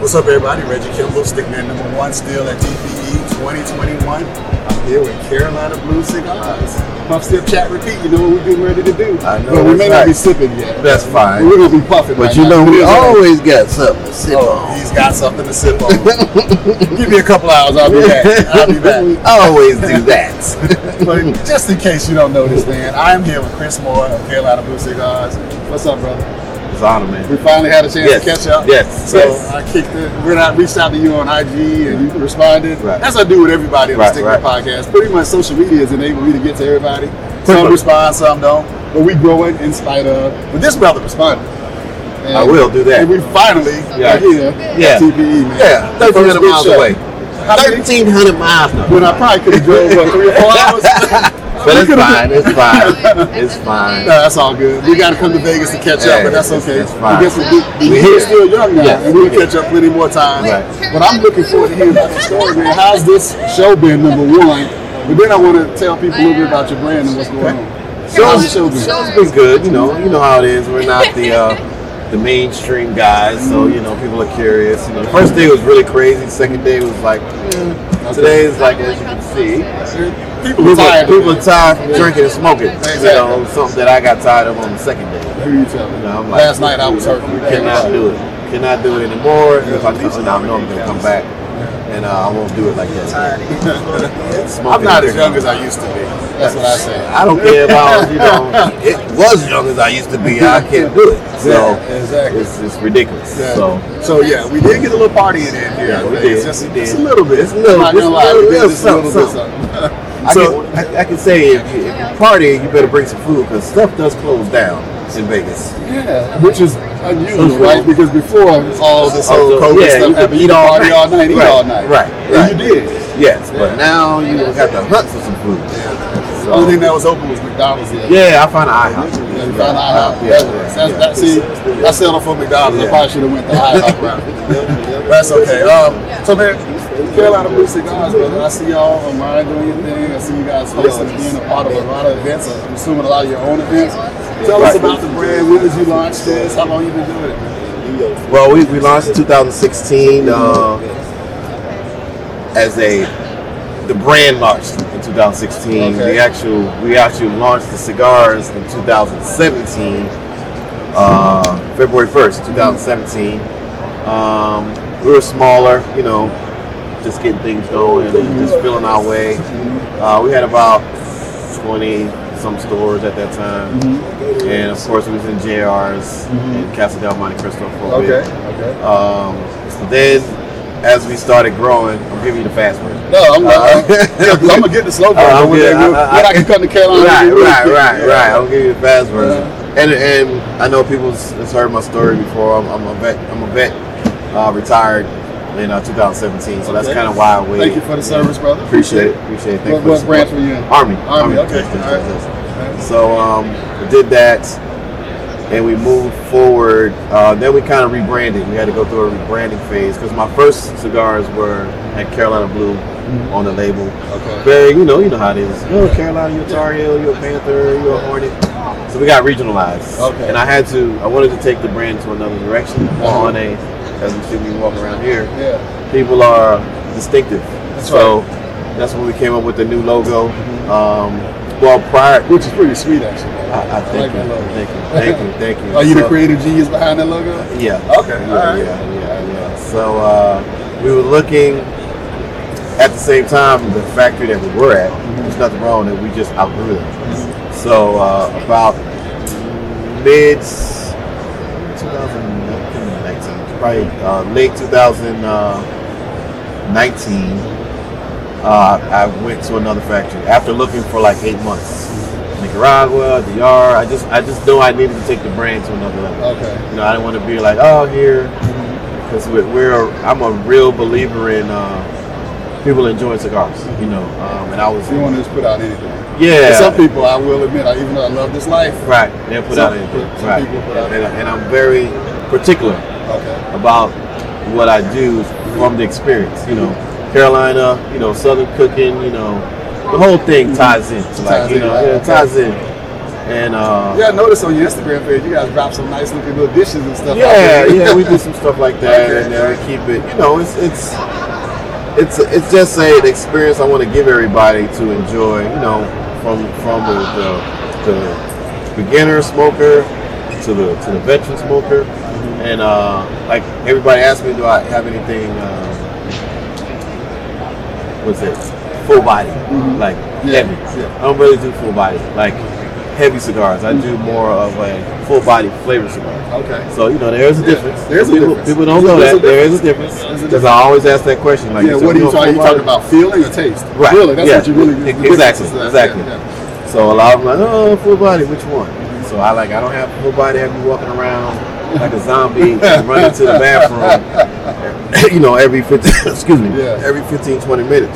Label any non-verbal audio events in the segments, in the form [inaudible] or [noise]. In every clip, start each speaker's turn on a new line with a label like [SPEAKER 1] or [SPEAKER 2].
[SPEAKER 1] What's up, everybody? Reggie Kimball, stickman number one, still at TPE 2021. I'm here with Carolina Blue Cigars. Puff, sip, chat, repeat. You know what we've been ready to do.
[SPEAKER 2] I know,
[SPEAKER 1] But we
[SPEAKER 2] that's
[SPEAKER 1] may not be
[SPEAKER 2] right.
[SPEAKER 1] sipping yet.
[SPEAKER 2] That's fine.
[SPEAKER 1] We're gonna be puffing.
[SPEAKER 2] But
[SPEAKER 1] right
[SPEAKER 2] you
[SPEAKER 1] now.
[SPEAKER 2] know, we
[SPEAKER 1] It is ready.
[SPEAKER 2] always got something to sip on.
[SPEAKER 1] He's got something to sip on. Give me a couple hours. I'll be back. I'll be back.
[SPEAKER 2] [laughs] we always do that.
[SPEAKER 1] but just in case you don't know this, man, I am here with Chris Moore of Carolina Blue Cigars. What's up, brother?
[SPEAKER 2] it's honor,
[SPEAKER 1] We
[SPEAKER 2] man.
[SPEAKER 1] finally had a chance
[SPEAKER 2] Yes,
[SPEAKER 1] to catch up.
[SPEAKER 2] yes,
[SPEAKER 1] So
[SPEAKER 2] yes.
[SPEAKER 1] I kicked it. When I reached out to you on IG and you responded,
[SPEAKER 2] Right.
[SPEAKER 1] that's what I do with everybody on
[SPEAKER 2] Right,
[SPEAKER 1] the Stickman
[SPEAKER 2] right.
[SPEAKER 1] Podcast. Pretty much social media has enabled me to get to everybody.
[SPEAKER 2] Pretty
[SPEAKER 1] Some
[SPEAKER 2] much.
[SPEAKER 1] respond, some don't. But we growing in spite of. But this brother responded. And-
[SPEAKER 2] I will do that.
[SPEAKER 1] And we finally
[SPEAKER 2] Yeah.
[SPEAKER 1] are here
[SPEAKER 2] Yeah.
[SPEAKER 1] at TPE, man.
[SPEAKER 2] Yeah,
[SPEAKER 1] The first
[SPEAKER 2] 1,300
[SPEAKER 1] good
[SPEAKER 2] miles
[SPEAKER 1] show.
[SPEAKER 2] away.
[SPEAKER 1] I think-
[SPEAKER 2] 1,300 miles now.
[SPEAKER 1] when I probably could have drove what three or
[SPEAKER 2] [laughs]
[SPEAKER 1] four hours.
[SPEAKER 2] But it's fine. It's fine. It's
[SPEAKER 1] No,
[SPEAKER 2] fine. [laughs]
[SPEAKER 1] that's all good. We got to come to Vegas to catch up, but that's
[SPEAKER 2] Yeah, it's-
[SPEAKER 1] okay.
[SPEAKER 2] it's fine.
[SPEAKER 1] I guess we,
[SPEAKER 2] We're
[SPEAKER 1] are
[SPEAKER 2] here.
[SPEAKER 1] still young now,
[SPEAKER 2] Yeah.
[SPEAKER 1] and we'll catch up plenty more times.
[SPEAKER 2] Right.
[SPEAKER 1] But I'm looking forward to hearing about the story, man. How's this show been, number one? But then I want to tell people a little bit about your brand and what's going on. How's the
[SPEAKER 2] Show's,
[SPEAKER 1] show been?
[SPEAKER 2] show's been good, you know. You know how it is. We're not the uh, the mainstream guys, so you know people are curious. You know, the first day was really crazy. The second day was like, eh. today is like as you can see.
[SPEAKER 1] People are
[SPEAKER 2] People,
[SPEAKER 1] tired.
[SPEAKER 2] people are tired from drinking and smoking.
[SPEAKER 1] Exactly.
[SPEAKER 2] You know, something that I got tired of on the second day.
[SPEAKER 1] Who you telling?
[SPEAKER 2] No, I'm like-
[SPEAKER 1] Last night I was hurt.
[SPEAKER 2] You cannot do it. Cannot do it anymore. And if I do something, I know I'm gonna come back, and uh, I won't do it like that.
[SPEAKER 1] I'm not as young as I used to be. That's what I say.
[SPEAKER 2] I don't care about
[SPEAKER 1] [laughs]
[SPEAKER 2] you know. It was young as I used to be. I can't do it. So
[SPEAKER 1] Yeah, exactly.
[SPEAKER 2] it's it's ridiculous.
[SPEAKER 1] Yeah.
[SPEAKER 2] So.
[SPEAKER 1] So, yeah, we did get a little partying in here.
[SPEAKER 2] Yeah, we
[SPEAKER 1] It's
[SPEAKER 2] did.
[SPEAKER 1] Just,
[SPEAKER 2] We did.
[SPEAKER 1] just a little bit.
[SPEAKER 2] It's a little-
[SPEAKER 1] I'm not
[SPEAKER 2] just
[SPEAKER 1] gonna
[SPEAKER 2] a
[SPEAKER 1] lie, we did
[SPEAKER 2] little- little
[SPEAKER 1] just a little bit
[SPEAKER 2] something,
[SPEAKER 1] something.
[SPEAKER 2] I,
[SPEAKER 1] so,
[SPEAKER 2] can, I, I can say if you, if you party, you better bring some food because stuff does close down in Vegas.
[SPEAKER 1] yeah, which is unusual,
[SPEAKER 2] So-
[SPEAKER 1] right? Because before all this whole
[SPEAKER 2] Oh, so-
[SPEAKER 1] COVID
[SPEAKER 2] yeah,
[SPEAKER 1] stuff
[SPEAKER 2] you
[SPEAKER 1] happened,
[SPEAKER 2] could
[SPEAKER 1] you
[SPEAKER 2] eat all
[SPEAKER 1] party
[SPEAKER 2] night.
[SPEAKER 1] all night, eat
[SPEAKER 2] Right,
[SPEAKER 1] all night.
[SPEAKER 2] right,
[SPEAKER 1] And
[SPEAKER 2] right.
[SPEAKER 1] you did.
[SPEAKER 2] Yes,
[SPEAKER 1] Yeah.
[SPEAKER 2] but now you have to hunt for some food.
[SPEAKER 1] The only thing that was open was McDonald's. Yeah.
[SPEAKER 2] yeah, I found an IHOP.
[SPEAKER 1] Yeah, we found IHOP. That
[SPEAKER 2] Yeah, yeah,
[SPEAKER 1] was- that's-
[SPEAKER 2] yeah.
[SPEAKER 1] that- see, I settled for McDonald's. I
[SPEAKER 2] Yeah.
[SPEAKER 1] probably should have went the
[SPEAKER 2] [laughs]
[SPEAKER 1] IHOP route. That's okay. Um, so man, Carolina Blue Cigars, brother. I see y'all online doing your thing. I see you guys hosting being a part of a lot of events. I'm assuming a lot of your own events. Tell us
[SPEAKER 2] Right.
[SPEAKER 1] about the brand. When did you launch this? How long you been doing it?
[SPEAKER 2] Well, we, we launched in 2016 uh, as a the brand launched in 2016.
[SPEAKER 1] Okay.
[SPEAKER 2] The actual we actually launched the cigars in 2017, uh, February 1st, 2017. Um, we were smaller, you know, just getting things going,
[SPEAKER 1] Mm-hmm.
[SPEAKER 2] and just feeling our way. Uh, we had about 20 some stores at that time,
[SPEAKER 1] Mm-hmm.
[SPEAKER 2] and of course, we was in JR's in Casa del Monte Cristo for a
[SPEAKER 1] Okay.
[SPEAKER 2] bit.
[SPEAKER 1] Okay.
[SPEAKER 2] Um, then, as we started growing, I'm giving you the fast version.
[SPEAKER 1] No, I'm not.
[SPEAKER 2] Uh,
[SPEAKER 1] [laughs] I'm gonna get the slow
[SPEAKER 2] Uh,
[SPEAKER 1] burn.
[SPEAKER 2] I'm
[SPEAKER 1] when
[SPEAKER 2] good.
[SPEAKER 1] they do- when
[SPEAKER 2] I- I-
[SPEAKER 1] I can come to Carolina.
[SPEAKER 2] Right,
[SPEAKER 1] we do it.
[SPEAKER 2] right, right,
[SPEAKER 1] Yeah.
[SPEAKER 2] right. I'll give you the fast version. And and I know people has heard my story before. I'm, I'm a vet. I'm a vet. Uh, retired in uh, 2017, so that's
[SPEAKER 1] Okay.
[SPEAKER 2] kind of why I waited.
[SPEAKER 1] Thank you for the service, brother.
[SPEAKER 2] Appreciate it. Appreciate it. Thank you
[SPEAKER 1] What, what
[SPEAKER 2] for the
[SPEAKER 1] branch were
[SPEAKER 2] support.
[SPEAKER 1] you in?
[SPEAKER 2] Army.
[SPEAKER 1] Army, okay.
[SPEAKER 2] Yes, yes,
[SPEAKER 1] All right.
[SPEAKER 2] yes, yes. So um, we did that, and we moved forward. Uh, then we kind of rebranded. We had to go through a rebranding phase because my first cigars were at Carolina Blue
[SPEAKER 1] Mm-hmm.
[SPEAKER 2] on the label.
[SPEAKER 1] Okay.
[SPEAKER 2] Very, you know, you know how it is. You're a Carolina, you're a Tar Heel, you're a Panther, you're a Hornet. So we got regionalized.
[SPEAKER 1] Okay.
[SPEAKER 2] And I had to. I wanted to take the brand to another direction.
[SPEAKER 1] Uh-huh.
[SPEAKER 2] On a, as we see me walk around here
[SPEAKER 1] Yeah.
[SPEAKER 2] people are distinctive.
[SPEAKER 1] That's Mm-hmm.
[SPEAKER 2] so that's when we came up with the new logo. Um, well, prior,
[SPEAKER 1] Which is pretty sweet, actually.
[SPEAKER 2] I, I
[SPEAKER 1] like
[SPEAKER 2] thank,
[SPEAKER 1] that
[SPEAKER 2] you,
[SPEAKER 1] logo.
[SPEAKER 2] thank you, thank you, thank you.
[SPEAKER 1] Are you the
[SPEAKER 2] So-
[SPEAKER 1] creative genius behind that logo?
[SPEAKER 2] Yeah.
[SPEAKER 1] Okay,
[SPEAKER 2] Yeah,
[SPEAKER 1] alright.
[SPEAKER 2] yeah, yeah, yeah. So uh, we were looking at the same time the factory that we were at. There's nothing wrong that we just outgrew them. So uh, about mid 2019, probably uh, late 2019, uh, I went to another factory after looking for like eight months. Nicaragua, DR. I just, I just know I needed to take the brand to another level.
[SPEAKER 1] Okay.
[SPEAKER 2] You know, I didn't want to be like, oh, here,
[SPEAKER 1] Mm-hmm.
[SPEAKER 2] because we're, we're. I'm a real believer in uh, people enjoying cigars. You know, um, and I was.
[SPEAKER 1] You want to just put out anything.
[SPEAKER 2] Yeah.
[SPEAKER 1] For some people, I will admit, I even though I love this life.
[SPEAKER 2] Right. They put
[SPEAKER 1] Some
[SPEAKER 2] out anything.
[SPEAKER 1] people- some
[SPEAKER 2] Right.
[SPEAKER 1] people put out
[SPEAKER 2] And, and I'm very particular
[SPEAKER 1] Okay.
[SPEAKER 2] about what I do from the experience. You know, Carolina. You know, Southern cooking. You know, the whole thing ties in. Like
[SPEAKER 1] Mm-hmm. Ties
[SPEAKER 2] you
[SPEAKER 1] in,
[SPEAKER 2] know,
[SPEAKER 1] right.
[SPEAKER 2] yeah, it ties in. And uh,
[SPEAKER 1] Yeah, I noticed on your Instagram page, you guys drop some nice looking little dishes and stuff.
[SPEAKER 2] yeah,
[SPEAKER 1] out there.
[SPEAKER 2] yeah, we do some stuff like that,
[SPEAKER 1] Okay.
[SPEAKER 2] and then we keep it. You know, it's it's it's it's just a, an experience I want to give everybody to enjoy. You know, from from the, the, the beginner smoker to the to the veteran smoker,
[SPEAKER 1] Mm-hmm.
[SPEAKER 2] and uh, like everybody asked me, do I have anything? Uh, what's it? Full body, like
[SPEAKER 1] Mm-hmm. Yeah,
[SPEAKER 2] heavy.
[SPEAKER 1] yeah. Mm-hmm.
[SPEAKER 2] I don't really do full body, like heavy cigars. I do more of a full body flavor cigar.
[SPEAKER 1] [laughs] Okay.
[SPEAKER 2] So you know, there is a
[SPEAKER 1] Yeah,
[SPEAKER 2] difference.
[SPEAKER 1] there's a
[SPEAKER 2] people,
[SPEAKER 1] difference.
[SPEAKER 2] People don't know
[SPEAKER 1] There's a
[SPEAKER 2] that there is a difference
[SPEAKER 1] There's a
[SPEAKER 2] because I always ask that question. Like,
[SPEAKER 1] yeah,
[SPEAKER 2] so
[SPEAKER 1] what are
[SPEAKER 2] we
[SPEAKER 1] you
[SPEAKER 2] don't
[SPEAKER 1] talking? You
[SPEAKER 2] promote-
[SPEAKER 1] talking about feeling or taste?
[SPEAKER 2] Right.
[SPEAKER 1] Feeling. That's
[SPEAKER 2] yeah.
[SPEAKER 1] what you really
[SPEAKER 2] E-
[SPEAKER 1] the difference
[SPEAKER 2] Exactly.
[SPEAKER 1] is that.
[SPEAKER 2] Exactly.
[SPEAKER 1] Yeah, yeah.
[SPEAKER 2] So a lot of them like, oh, full body. Which one? So I like, I don't have full body. I be walking around like a zombie,
[SPEAKER 1] [laughs]
[SPEAKER 2] running to the bathroom. [laughs] you know, every 15, [coughs] excuse me,
[SPEAKER 1] Yeah.
[SPEAKER 2] every 15, 20 minutes.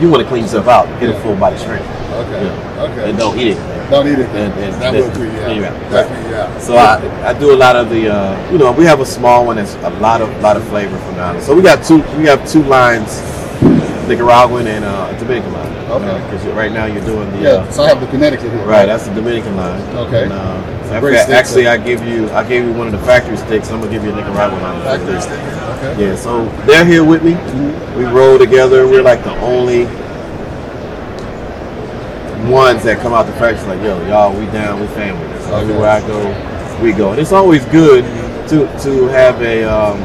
[SPEAKER 2] You want to clean yourself out, get a full body strain,
[SPEAKER 1] Okay.
[SPEAKER 2] Yeah.
[SPEAKER 1] Okay.
[SPEAKER 2] and don't eat it.
[SPEAKER 1] Don't eat it.
[SPEAKER 2] And- and-
[SPEAKER 1] that will
[SPEAKER 2] and-
[SPEAKER 1] creep you out.
[SPEAKER 2] yeah,
[SPEAKER 1] That
[SPEAKER 2] right.
[SPEAKER 1] creep you out.
[SPEAKER 2] So I, I do a lot of the uh, you know we have a small one that's a lot of lot of flavor from now. So we got two we have two lines, Nicaraguan and uh, Dominican line.
[SPEAKER 1] Okay.
[SPEAKER 2] Because right now you're doing the
[SPEAKER 1] Yeah. So I have the Connecticut here.
[SPEAKER 2] uh, right that's the Dominican line.
[SPEAKER 1] Okay.
[SPEAKER 2] And, uh, so I
[SPEAKER 1] Great
[SPEAKER 2] forgot-
[SPEAKER 1] sticks,
[SPEAKER 2] actually,
[SPEAKER 1] though.
[SPEAKER 2] I give you I gave you one of the factory sticks. I'm gonna give you a Nicaraguan line.
[SPEAKER 1] Back there, stick it. Okay.
[SPEAKER 2] Yeah. So they're here with me. We roll together. We're like the only ones that come out the practice like, yo, y'all, we down, we family. So
[SPEAKER 1] Okay.
[SPEAKER 2] everywhere I go, we go. And it's always good to to have a um,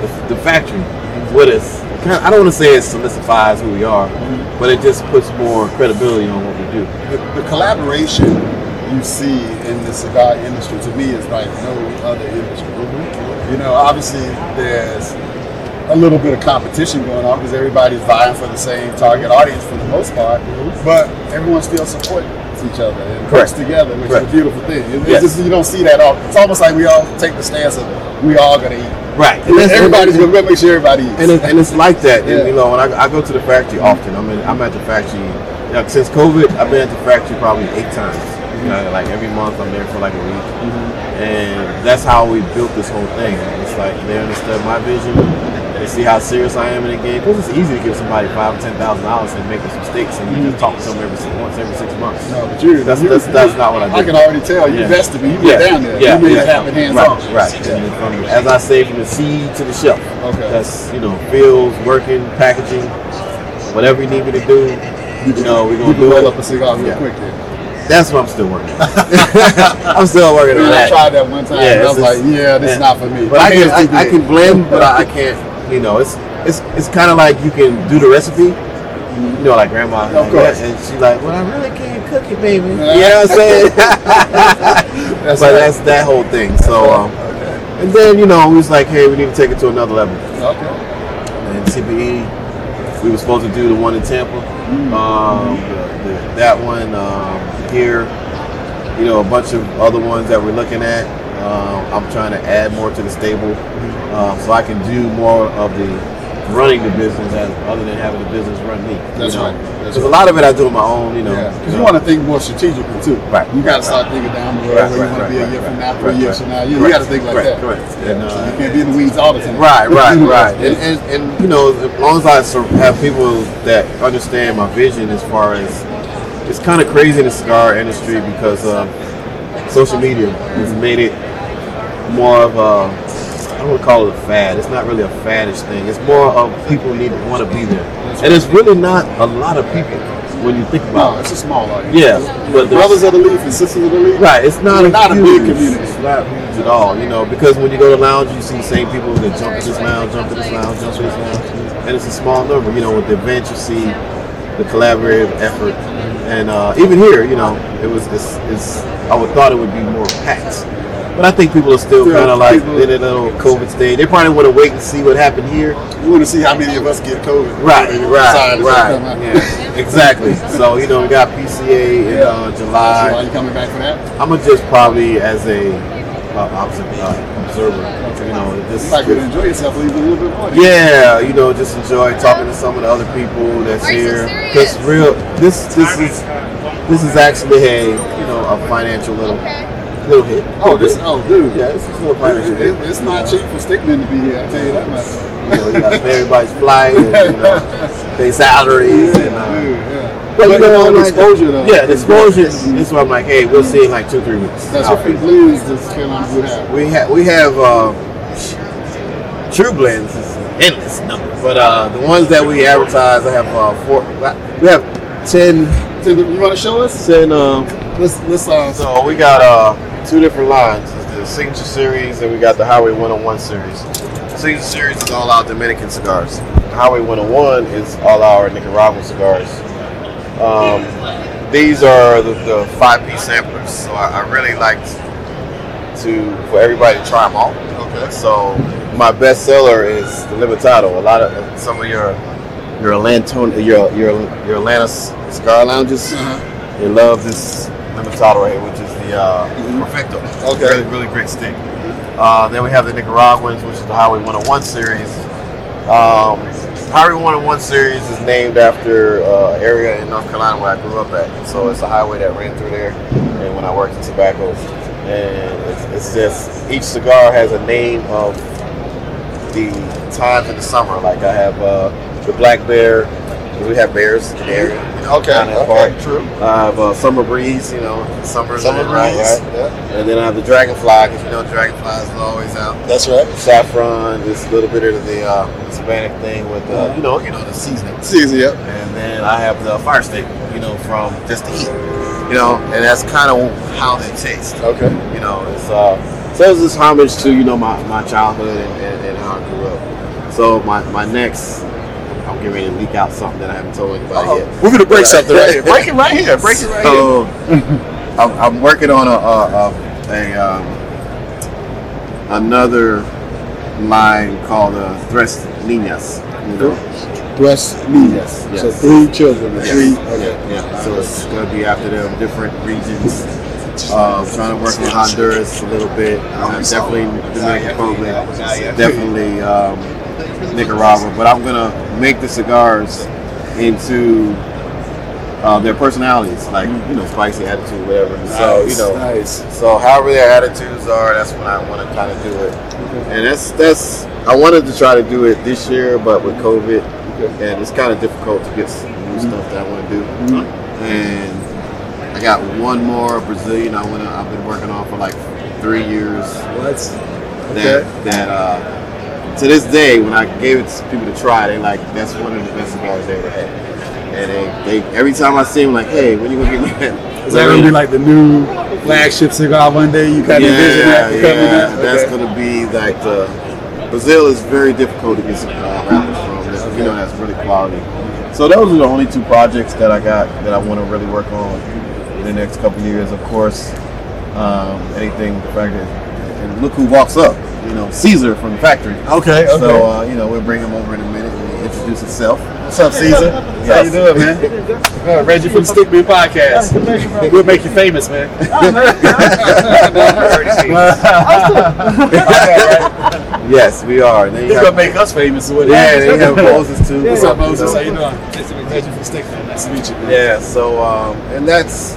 [SPEAKER 2] the, the factory with us. Kind of, I don't want to say it solidifies who we are, but it just puts more credibility on what we do.
[SPEAKER 1] the, the collaboration you see in the cigar industry to me is like no other industry.
[SPEAKER 2] Mm-hmm.
[SPEAKER 1] You know, obviously there's a little bit of competition going on because everybody's vying for the same target audience for the most part, but everyone still supports each other and works
[SPEAKER 2] Mm-hmm. Correct.
[SPEAKER 1] together, which
[SPEAKER 2] Correct.
[SPEAKER 1] is a beautiful thing. It- it's
[SPEAKER 2] Yes.
[SPEAKER 1] just- you don't see that all. It's almost like we all take the stance of we all gonna eat.
[SPEAKER 2] Right.
[SPEAKER 1] everybody's gonna make sure everybody eats.
[SPEAKER 2] and, it, and it's like that.
[SPEAKER 1] Yeah.
[SPEAKER 2] And, you know, when I, I go to the factory often, I'm in, I'm at the factory. you know, since COVID, I've been at the factory probably eight times. You know, like every month, I'm there for like a week,
[SPEAKER 1] Mm-hmm.
[SPEAKER 2] and that's how we built this whole thing. It's like they understood my vision. They see how serious I am in the game. Because it's easy to give somebody five or ten thousand dollars and make some mistakes, and you just talk to them every six, once every six months.
[SPEAKER 1] Mm-hmm. No, but you,
[SPEAKER 2] That's-
[SPEAKER 1] you-
[SPEAKER 2] that's- that's not what I do.
[SPEAKER 1] can already tell Oh, you
[SPEAKER 2] Yeah.
[SPEAKER 1] vested me. You get down there. you made it happen hands
[SPEAKER 2] right,
[SPEAKER 1] on.
[SPEAKER 2] Right.
[SPEAKER 1] Yeah.
[SPEAKER 2] And then from, as I say, from the seed to the shelf.
[SPEAKER 1] Okay.
[SPEAKER 2] That's you know fields, working, packaging, whatever you need me to do. You know we're
[SPEAKER 1] You
[SPEAKER 2] gonna
[SPEAKER 1] can
[SPEAKER 2] do
[SPEAKER 1] roll
[SPEAKER 2] it.
[SPEAKER 1] up a cigar real
[SPEAKER 2] Yeah.
[SPEAKER 1] quick there.
[SPEAKER 2] That's what I'm still working.
[SPEAKER 1] [laughs]
[SPEAKER 2] on. [laughs] I'm still working on
[SPEAKER 1] Man, I
[SPEAKER 2] that.
[SPEAKER 1] tried that one time. and I
[SPEAKER 2] it's-
[SPEAKER 1] was like,
[SPEAKER 2] it's-
[SPEAKER 1] yeah, this is not for me.
[SPEAKER 2] But
[SPEAKER 1] My
[SPEAKER 2] I can,
[SPEAKER 1] hands too
[SPEAKER 2] I, I
[SPEAKER 1] big.
[SPEAKER 2] can blend, but I, I can't. You know, it's it's it's kind of like you can do the recipe. You know, like grandma,
[SPEAKER 1] Of course.
[SPEAKER 2] and she's like, "Well, I really can't cook it, baby." You know
[SPEAKER 1] Yeah.
[SPEAKER 2] what I'm
[SPEAKER 1] [laughs]
[SPEAKER 2] saying? [laughs]
[SPEAKER 1] That's
[SPEAKER 2] but
[SPEAKER 1] right.
[SPEAKER 2] that's that whole thing. So, um,
[SPEAKER 1] okay.
[SPEAKER 2] and then you know, we was like, "Hey, we need to take it to another level."
[SPEAKER 1] Okay.
[SPEAKER 2] and TPE. We were supposed to do the one in Tampa,
[SPEAKER 1] Mm.
[SPEAKER 2] um, the, the, that one um, here. You know, a bunch of other ones that we're looking at. Um, I'm trying to add more to the stable,
[SPEAKER 1] Mm-hmm.
[SPEAKER 2] um, so I can do more of the running the business as other than having the business run me.
[SPEAKER 1] That's
[SPEAKER 2] you know?
[SPEAKER 1] right. That's
[SPEAKER 2] Because a
[SPEAKER 1] right.
[SPEAKER 2] lot of it I do on my own. You know,
[SPEAKER 1] Yeah. 'Cause you want to think more strategically too.
[SPEAKER 2] Right.
[SPEAKER 1] You got to
[SPEAKER 2] Right.
[SPEAKER 1] start thinking down the road where
[SPEAKER 2] Right, right,
[SPEAKER 1] you want
[SPEAKER 2] right,
[SPEAKER 1] to be a
[SPEAKER 2] right,
[SPEAKER 1] year from
[SPEAKER 2] right,
[SPEAKER 1] now, three
[SPEAKER 2] right,
[SPEAKER 1] years
[SPEAKER 2] right.
[SPEAKER 1] from now. You,
[SPEAKER 2] Correct,
[SPEAKER 1] got to think like
[SPEAKER 2] correct,
[SPEAKER 1] that.
[SPEAKER 2] correct.
[SPEAKER 1] Yeah.
[SPEAKER 2] And, uh,
[SPEAKER 1] you can't be in the weeds all the time.
[SPEAKER 2] Right,
[SPEAKER 1] [laughs]
[SPEAKER 2] right,
[SPEAKER 1] You know,
[SPEAKER 2] right.
[SPEAKER 1] yeah.
[SPEAKER 2] And, and, and you know, as long as I sur- have people that understand my vision as far as it's kind of crazy in the cigar industry because uh, social media has made it more of a I don't want to call it a fad. It's not really a faddish thing. It's more of people need to want to be there, and it's really not a lot of people when you think
[SPEAKER 1] no,
[SPEAKER 2] about it.
[SPEAKER 1] it's a small audience.
[SPEAKER 2] Yeah, but there's-
[SPEAKER 1] Brothers of the Leaf and Sisters of the Leaf.
[SPEAKER 2] Right, it's not
[SPEAKER 1] We're
[SPEAKER 2] a
[SPEAKER 1] not a
[SPEAKER 2] huge,
[SPEAKER 1] big community.
[SPEAKER 2] It's not huge at all, you know, because when you go to lounge, you see the same people that jump to this lounge, jump to this lounge, jump to this lounge, and it's a small number. You know, with the event, you see the collaborative effort, and uh, even here, you know, it was this. It's, I would thought it would be more packed, but I think people are still
[SPEAKER 1] Yeah,
[SPEAKER 2] kind of like
[SPEAKER 1] people-
[SPEAKER 2] in a little COVID stage. They probably want to wait and see what happened here.
[SPEAKER 1] We want to see how many of us get COVID.
[SPEAKER 2] Right,
[SPEAKER 1] Before they decide
[SPEAKER 2] right,
[SPEAKER 1] it's gonna come
[SPEAKER 2] right.
[SPEAKER 1] out.
[SPEAKER 2] Yeah, exactly. So you know, we got PCA in uh,
[SPEAKER 1] So
[SPEAKER 2] July.
[SPEAKER 1] are you coming back for that?
[SPEAKER 2] I'm gonna just probably as a uh, obs- uh, observer, you know,
[SPEAKER 1] You
[SPEAKER 2] just
[SPEAKER 1] might could enjoy yourself even a little bit more.
[SPEAKER 2] yeah, you know, just enjoy talking to some of the other people that's
[SPEAKER 3] Are you
[SPEAKER 2] here.
[SPEAKER 3] serious?
[SPEAKER 2] Cause real, this this is this is actually a you know a financial little little hit.
[SPEAKER 1] Oh, this. Oh, dude.
[SPEAKER 2] yeah, this is a little financial
[SPEAKER 1] It,
[SPEAKER 2] hit.
[SPEAKER 1] it, it's not cheap for stickmen to be here. I tell you that much. [laughs]
[SPEAKER 2] You know, you got to pay everybody's flight, and, you know, their salaries, and
[SPEAKER 1] Dude,
[SPEAKER 2] uh,
[SPEAKER 1] yeah. But, you know,
[SPEAKER 3] like-
[SPEAKER 1] exposure though.
[SPEAKER 2] Yeah, the
[SPEAKER 1] It's
[SPEAKER 2] exposure. This is why I'm like, hey, we'll see in like two, three weeks.
[SPEAKER 1] That's
[SPEAKER 2] I'll
[SPEAKER 1] what
[SPEAKER 2] figure it out.
[SPEAKER 1] blues does Carolina Blue have.
[SPEAKER 2] We have we have uh, True Blends is endless number, but uh, the ones that we advertise, I have uh, four. We have ten.
[SPEAKER 1] So, You want to show us?
[SPEAKER 2] Ten. Um,
[SPEAKER 1] Let's let's uh,
[SPEAKER 2] so we got uh, two different lines: It's the Signature Series, and we got the Highway 101 Series. The Signature Series is all our Dominican cigars. The Highway 101 is all our Nicaraguan cigars. Um, these are the, the five-piece samplers, so I, I really like to for everybody to try them all.
[SPEAKER 1] okay.
[SPEAKER 2] So my best seller is the Limitado. A lot of some of your your Atlanta your your your Atlanta cigar lounges.
[SPEAKER 1] Uh-huh.
[SPEAKER 2] They love this Limitado right here, which is the uh, Perfecto.
[SPEAKER 1] Okay.
[SPEAKER 2] Really, really great stick. Uh, then we have the Nicaraguans, which is the Highway 101 series. Um, Highway 101 series is named after uh, area in North Carolina where I grew up at. So it's a highway that ran through there, and when I worked in tobacco, and it's, it's just each cigar has a name of the times in the summer. Like I have uh, the black bear. We have bears in the area.
[SPEAKER 1] Okay.
[SPEAKER 2] Down that
[SPEAKER 1] Okay.
[SPEAKER 2] far.
[SPEAKER 1] True.
[SPEAKER 2] I have uh, Summer Breeze, you know, summer's
[SPEAKER 1] Summer
[SPEAKER 2] in, right,
[SPEAKER 1] breeze.
[SPEAKER 2] right?
[SPEAKER 1] Yeah.
[SPEAKER 2] And then I have the Dragonfly, because you know Dragonflies are always out.
[SPEAKER 1] That's right.
[SPEAKER 2] Saffron, this little bit of the uh, Hispanic thing with, uh, you know, you know, the seasoning.
[SPEAKER 1] It's easy. Yep.
[SPEAKER 2] And then I have the fire stick, you know, from just the heat, you know, and that's kind of how they taste
[SPEAKER 1] Okay.
[SPEAKER 2] you know, it's uh, so it's this homage to you know my, my childhood and, and, and how I grew up. So my, my next, I'm getting ready to leak out something that I haven't told anybody
[SPEAKER 1] Uh-oh.
[SPEAKER 2] yet.
[SPEAKER 1] We're gonna break something right here. [laughs] Break
[SPEAKER 2] it right here.
[SPEAKER 1] Break it right
[SPEAKER 2] so, I'm, I'm working on a a, a, a um, another line called uh, Tres Niñas. You know?
[SPEAKER 3] Breast
[SPEAKER 2] Yes, yes.
[SPEAKER 3] So three children.
[SPEAKER 2] Yes.
[SPEAKER 3] Three. Okay.
[SPEAKER 2] Yeah, so it's gonna be after them different regions. Uh, trying to work in Honduras a little bit. Uh, definitely Dominican Republic. Definitely um, Nicaragua. But I'm gonna make the cigars into uh, their personalities, like you know, spicy attitude, whatever. So you know,
[SPEAKER 3] Nice.
[SPEAKER 2] so however their attitudes are, that's when I want to kind of do it. And that's that's I wanted to try to do it this year, but with COVID, and it's kind of difficult to get some new
[SPEAKER 3] Mm-hmm.
[SPEAKER 2] stuff that I want to do. And I got one more Brazilian I want to. I've been working on for like three years.
[SPEAKER 3] What?
[SPEAKER 2] That that uh, to this day, when I gave it to people to try, they like that's one of the best cigars they ever had. And they, they every time I see them, like, hey, when you gonna get [laughs] me that?
[SPEAKER 3] Is that gonna be like the new flagship cigar one day? You kind of envision that
[SPEAKER 2] yeah,
[SPEAKER 3] becoming that?
[SPEAKER 2] yeah. That's
[SPEAKER 3] Okay.
[SPEAKER 2] gonna be like the Brazil is very difficult to get some uh, rappers from. That, You know, that's really quality. So those are the only two projects that I got that I want to really work on in the next couple of years. Of course, um, anything the fact that and look who walks up. You know, Caesar from the factory.
[SPEAKER 3] Okay, okay.
[SPEAKER 2] So uh, you know, we'll bring him over in a minute and he'll introduce himself.
[SPEAKER 1] What's up, Caesar? How you doing, [laughs] man? Uh, Reggie from the Stick Me Podcast. We'll make you famous, [laughs] Oh, man.
[SPEAKER 2] Yes, we are. And then you
[SPEAKER 1] He's gonna
[SPEAKER 2] have,
[SPEAKER 1] make us famous. What
[SPEAKER 2] yeah, then you
[SPEAKER 1] [laughs]
[SPEAKER 2] have Moses too.
[SPEAKER 1] What's up, Moses?
[SPEAKER 2] You know.
[SPEAKER 1] How you doing? Reggie from Stick Man. Nice to meet you. Man.
[SPEAKER 2] Yeah, so um, and that's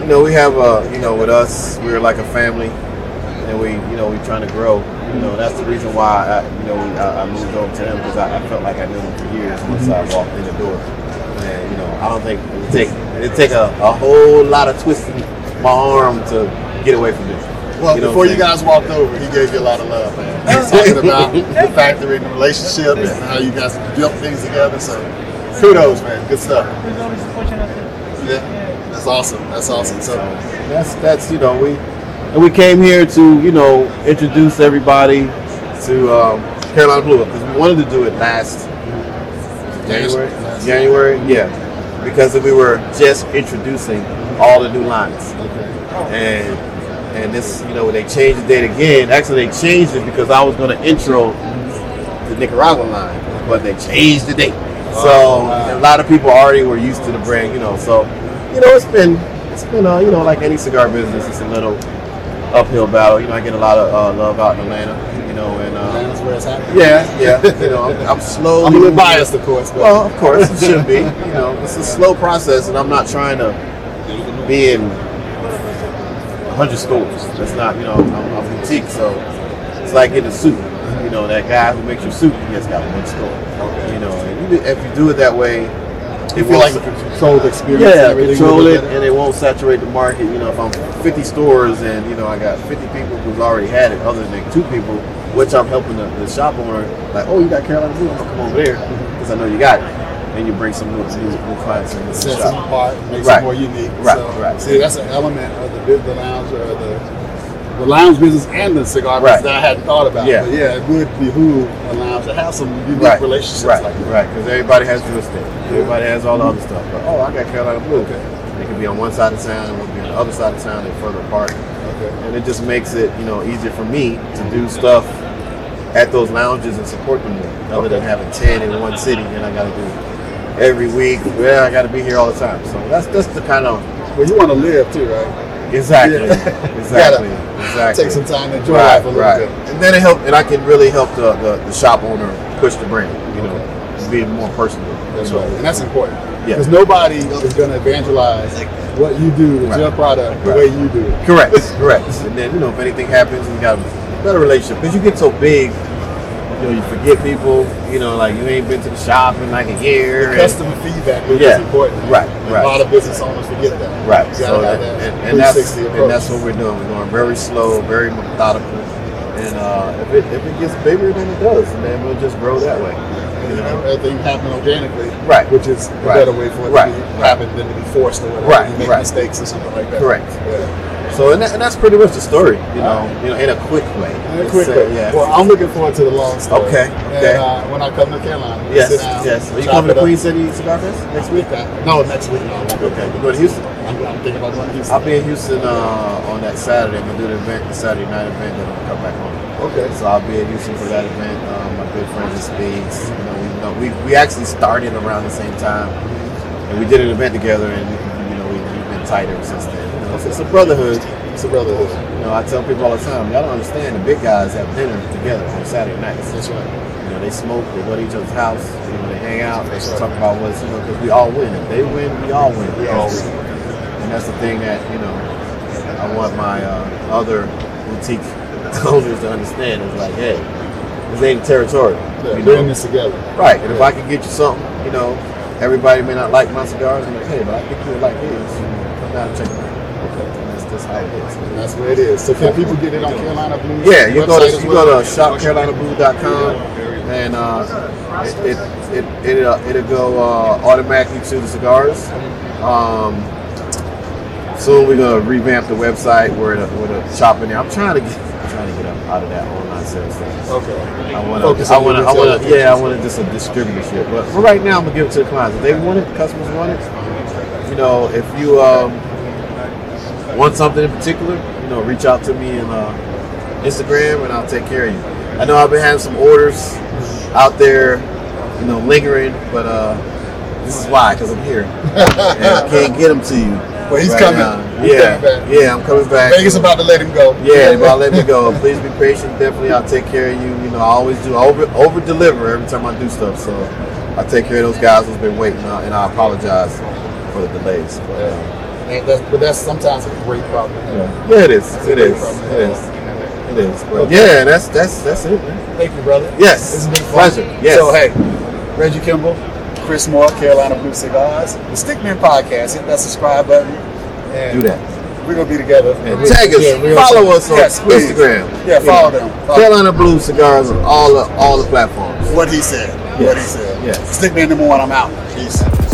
[SPEAKER 2] you know we have a you know with us we're like a family, and we you know we're trying to grow. You know that's the reason why I you know I, I moved over to them because I, I felt like I knew them for years once
[SPEAKER 1] Mm-hmm.
[SPEAKER 2] I walked in the door. And you know I don't think it would take it take a, a whole lot of twisting my arm to get away from them.
[SPEAKER 1] Well,
[SPEAKER 2] You know
[SPEAKER 1] before
[SPEAKER 2] what
[SPEAKER 1] you
[SPEAKER 2] I'm saying?
[SPEAKER 1] guys walked over, he gave you a lot of love, man. He was [laughs] talking about the factory and the relationship and how you guys built things together. So, kudos, man. Good stuff.
[SPEAKER 4] There's always a fortune out there.
[SPEAKER 1] Yeah, that's awesome. That's awesome. So,
[SPEAKER 2] that's that's you know we and we came here to you know introduce everybody to um, Carolina Blue because we wanted to do it last January.
[SPEAKER 1] January.
[SPEAKER 2] January, yeah, because we were just introducing all the new lines
[SPEAKER 1] Okay.
[SPEAKER 2] and and this you know they changed the date again. Actually, they changed it because I was going to intro the Nicaraguan line, but they changed the date. So a lot of people already were used to the brand, you know. So you know it's been it's been uh, you know like any cigar business, it's a little uphill battle. You know, I get a lot of uh, love out in Atlanta, you know, and uh,
[SPEAKER 1] That's where it's happening.
[SPEAKER 2] yeah, yeah, you know, I'm, I'm slowly.
[SPEAKER 1] I'm a little biased, of course, but
[SPEAKER 2] Well, of course, it should be. You know, it's a slow process, and I'm not trying to be in 100 stores. That's not, you know, I'm, I'm boutique, so it's like in a suit. You know, that guy who makes your suit, he has got one store. You know, and you, if you do it that way, It
[SPEAKER 1] feel like
[SPEAKER 2] won't sa-
[SPEAKER 1] controlled experience. and
[SPEAKER 2] yeah,
[SPEAKER 1] everything
[SPEAKER 2] control
[SPEAKER 1] will be
[SPEAKER 2] it,
[SPEAKER 1] better.
[SPEAKER 2] and it won't saturate the market. You know, if I'm 50 stores and you know I got 50 people who's already had it, other than two people, which I'm helping the, the shop owner, like, oh, you got Carolina Blue, I'm gonna come over there because I know you got it, and you bring some new, new, new clients into the
[SPEAKER 1] sets them
[SPEAKER 2] shop.
[SPEAKER 1] apart, and makes
[SPEAKER 2] Right.
[SPEAKER 1] it more unique.
[SPEAKER 2] Right,
[SPEAKER 1] So,
[SPEAKER 2] right.
[SPEAKER 1] See, that's an element of the, bu- the lounge or the the lounge business and the cigar
[SPEAKER 2] Right.
[SPEAKER 1] business that I hadn't thought about.
[SPEAKER 2] Yeah.
[SPEAKER 1] but yeah, it would behoove a lounge to have some unique
[SPEAKER 2] Right,
[SPEAKER 1] relationships
[SPEAKER 2] right,
[SPEAKER 1] like that.
[SPEAKER 2] right, because everybody has real estate. Everybody has all the other stuff. Like, oh, I got Carolina Blue. They can be on one side of town, they can be on the other side of town, they're further apart.
[SPEAKER 1] Okay.
[SPEAKER 2] and it just makes it you know easier for me to do stuff at those lounges and support them more, other than having ten in one city and I got to do every week. Well, I got to be here all the time, so that's that's the kind of
[SPEAKER 1] But you want to live too, right?
[SPEAKER 2] exactly,
[SPEAKER 1] Yeah. [laughs]
[SPEAKER 2] exactly,
[SPEAKER 1] Gotta
[SPEAKER 2] exactly.
[SPEAKER 1] Take some time to enjoy
[SPEAKER 2] right,
[SPEAKER 1] life a little
[SPEAKER 2] right,
[SPEAKER 1] bit.
[SPEAKER 2] and then it help, and I can really help the, the, the shop owner push the brand, you know, just being more personal.
[SPEAKER 1] That's
[SPEAKER 2] you know.
[SPEAKER 1] right, and that's important.
[SPEAKER 2] Yeah.
[SPEAKER 1] Because nobody is going to evangelize what you do with
[SPEAKER 2] Right.
[SPEAKER 1] your product the
[SPEAKER 2] Right.
[SPEAKER 1] way you do it.
[SPEAKER 2] Correct, [laughs] correct. And then you know if anything happens, you got a better relationship because you get so big, you know you forget people. You know like you ain't been to the shop in like a year. and-
[SPEAKER 1] Customer feedback is
[SPEAKER 2] Yeah.
[SPEAKER 1] important.
[SPEAKER 2] Right,
[SPEAKER 1] And
[SPEAKER 2] right.
[SPEAKER 1] A lot of business owners forget that.
[SPEAKER 2] right.
[SPEAKER 1] You
[SPEAKER 2] So
[SPEAKER 1] gotta have
[SPEAKER 2] that,
[SPEAKER 1] that
[SPEAKER 2] and, and that's
[SPEAKER 1] 360 approach.
[SPEAKER 2] and that's what we're doing. We're going very slow, very methodical. And uh, if it if it gets bigger than it does, then we'll just grow that way. You
[SPEAKER 1] you know,
[SPEAKER 2] know.
[SPEAKER 1] everything happened organically.
[SPEAKER 2] Right.
[SPEAKER 1] Which is a
[SPEAKER 2] Right.
[SPEAKER 1] better way for it
[SPEAKER 2] Right.
[SPEAKER 1] to be happen than to be forced or whatever.
[SPEAKER 2] Right.
[SPEAKER 1] You make
[SPEAKER 2] Right.
[SPEAKER 1] mistakes or something like that.
[SPEAKER 2] Correct.
[SPEAKER 1] Yeah.
[SPEAKER 2] So and, that, and that's pretty much the story. You know. You know in a quick way.
[SPEAKER 1] And
[SPEAKER 2] It's,
[SPEAKER 1] quick,
[SPEAKER 2] uh, yeah.
[SPEAKER 1] Well, I'm looking forward to the long story.
[SPEAKER 2] Okay, okay.
[SPEAKER 1] And, uh, when I come to Carolina, we'll
[SPEAKER 2] yes.
[SPEAKER 1] sit down,
[SPEAKER 2] Yes. Are you
[SPEAKER 1] chop
[SPEAKER 2] coming
[SPEAKER 1] it
[SPEAKER 2] to
[SPEAKER 1] up.
[SPEAKER 2] Queen City Cigar Fest?
[SPEAKER 1] next week? I- No, next week. No, I won't be
[SPEAKER 2] Okay.
[SPEAKER 1] back.
[SPEAKER 2] You going to Houston?
[SPEAKER 1] I'm, I'm thinking about going to Houston.
[SPEAKER 2] I'll be in Houston uh, on that Saturday. I'm gonna do the event, the Saturday night event, then I'm gonna come back home.
[SPEAKER 1] Okay.
[SPEAKER 2] So I'll be in Houston for that event. Um, my good friend is Speeds. You know, we know we, we actually started around the same time, and we did an event together, and you know we, we've been tight ever since then. You know, it's, it's a brotherhood.
[SPEAKER 1] It's a brotherhood.
[SPEAKER 2] You know, I tell people all the time, y'all don't understand. The big guys have dinner together on Saturday nights.
[SPEAKER 1] That's right.
[SPEAKER 2] You know, they smoke, they go to each other's house, you know, they hang out, they talk about what's, you know, because we all win. If they win, we all win.
[SPEAKER 1] We all win.
[SPEAKER 2] And that's the thing that, you know, I want my uh, other boutique [laughs] owners to understand is like, hey, this ain't territorial.
[SPEAKER 1] Yeah,
[SPEAKER 2] you
[SPEAKER 1] we're
[SPEAKER 2] know?
[SPEAKER 1] in this together.
[SPEAKER 2] Right. And if I can get you something, you know, everybody may not like my cigars, I'm like, hey, but I think you'll like his. Come down and check it out. And that's just how it is.
[SPEAKER 1] And that's where it is. So can people get it on Carolina Blue?
[SPEAKER 2] Yeah, you go to you go to shopcarolinaboo.com and uh, it it it it'll, it'll go uh, automatically to the cigars. Um, soon we're gonna revamp the website where the where the shop in there. I'm trying to get I'm trying to get up out of that online sales thing.
[SPEAKER 1] Okay.
[SPEAKER 2] I want
[SPEAKER 1] Focus
[SPEAKER 2] to. I
[SPEAKER 1] on
[SPEAKER 2] want to.
[SPEAKER 1] your
[SPEAKER 2] I want to.
[SPEAKER 1] retail
[SPEAKER 2] Yeah, I want to just a distributorship. But for right now, I'm gonna give it to the clients. If they want it, customers want it. You know, if you um, want something in particular, you know, reach out to me and uh, Instagram, and I'll take care of you. I know I've been having some orders out there, you know, lingering, but uh, this is why because I'm
[SPEAKER 1] [laughs]
[SPEAKER 2] here and I can't get them to you.
[SPEAKER 1] Well, he's
[SPEAKER 2] right
[SPEAKER 1] coming.
[SPEAKER 2] now.
[SPEAKER 1] He's
[SPEAKER 2] yeah,
[SPEAKER 1] coming back.
[SPEAKER 2] yeah, I'm coming back.
[SPEAKER 1] Vegas about to let him go.
[SPEAKER 2] Yeah, if I let me go, please be patient. Definitely, I'll take care of you. You know, I always do I over over deliver every time I do stuff. So I take care of those guys who's been waiting, uh, and I apologize for the delays. But, uh,
[SPEAKER 1] And that's, but that's sometimes a great problem.
[SPEAKER 2] yeah. yeah, it is. It is. It is. It is. But yeah, that's that's that's it. Man.
[SPEAKER 1] Thank you, brother.
[SPEAKER 2] Yes.
[SPEAKER 1] It's been fun.
[SPEAKER 2] Pleasure. Yes.
[SPEAKER 1] So, hey, Reggie Kimball, Chris Moore, Carolina Blue Cigars, the Stickman Podcast. Hit that subscribe button. And
[SPEAKER 2] Do that.
[SPEAKER 1] We're going to be together.
[SPEAKER 2] And tag us.
[SPEAKER 1] Yeah, we're gonna-
[SPEAKER 2] follow us on
[SPEAKER 1] Yes, please.
[SPEAKER 2] Instagram.
[SPEAKER 1] Yeah, follow them. Follow
[SPEAKER 2] Carolina Blue Cigars on all the all the platforms.
[SPEAKER 1] What he said. What he said.
[SPEAKER 2] Yes.
[SPEAKER 1] Stickman number one, I'm out. Peace.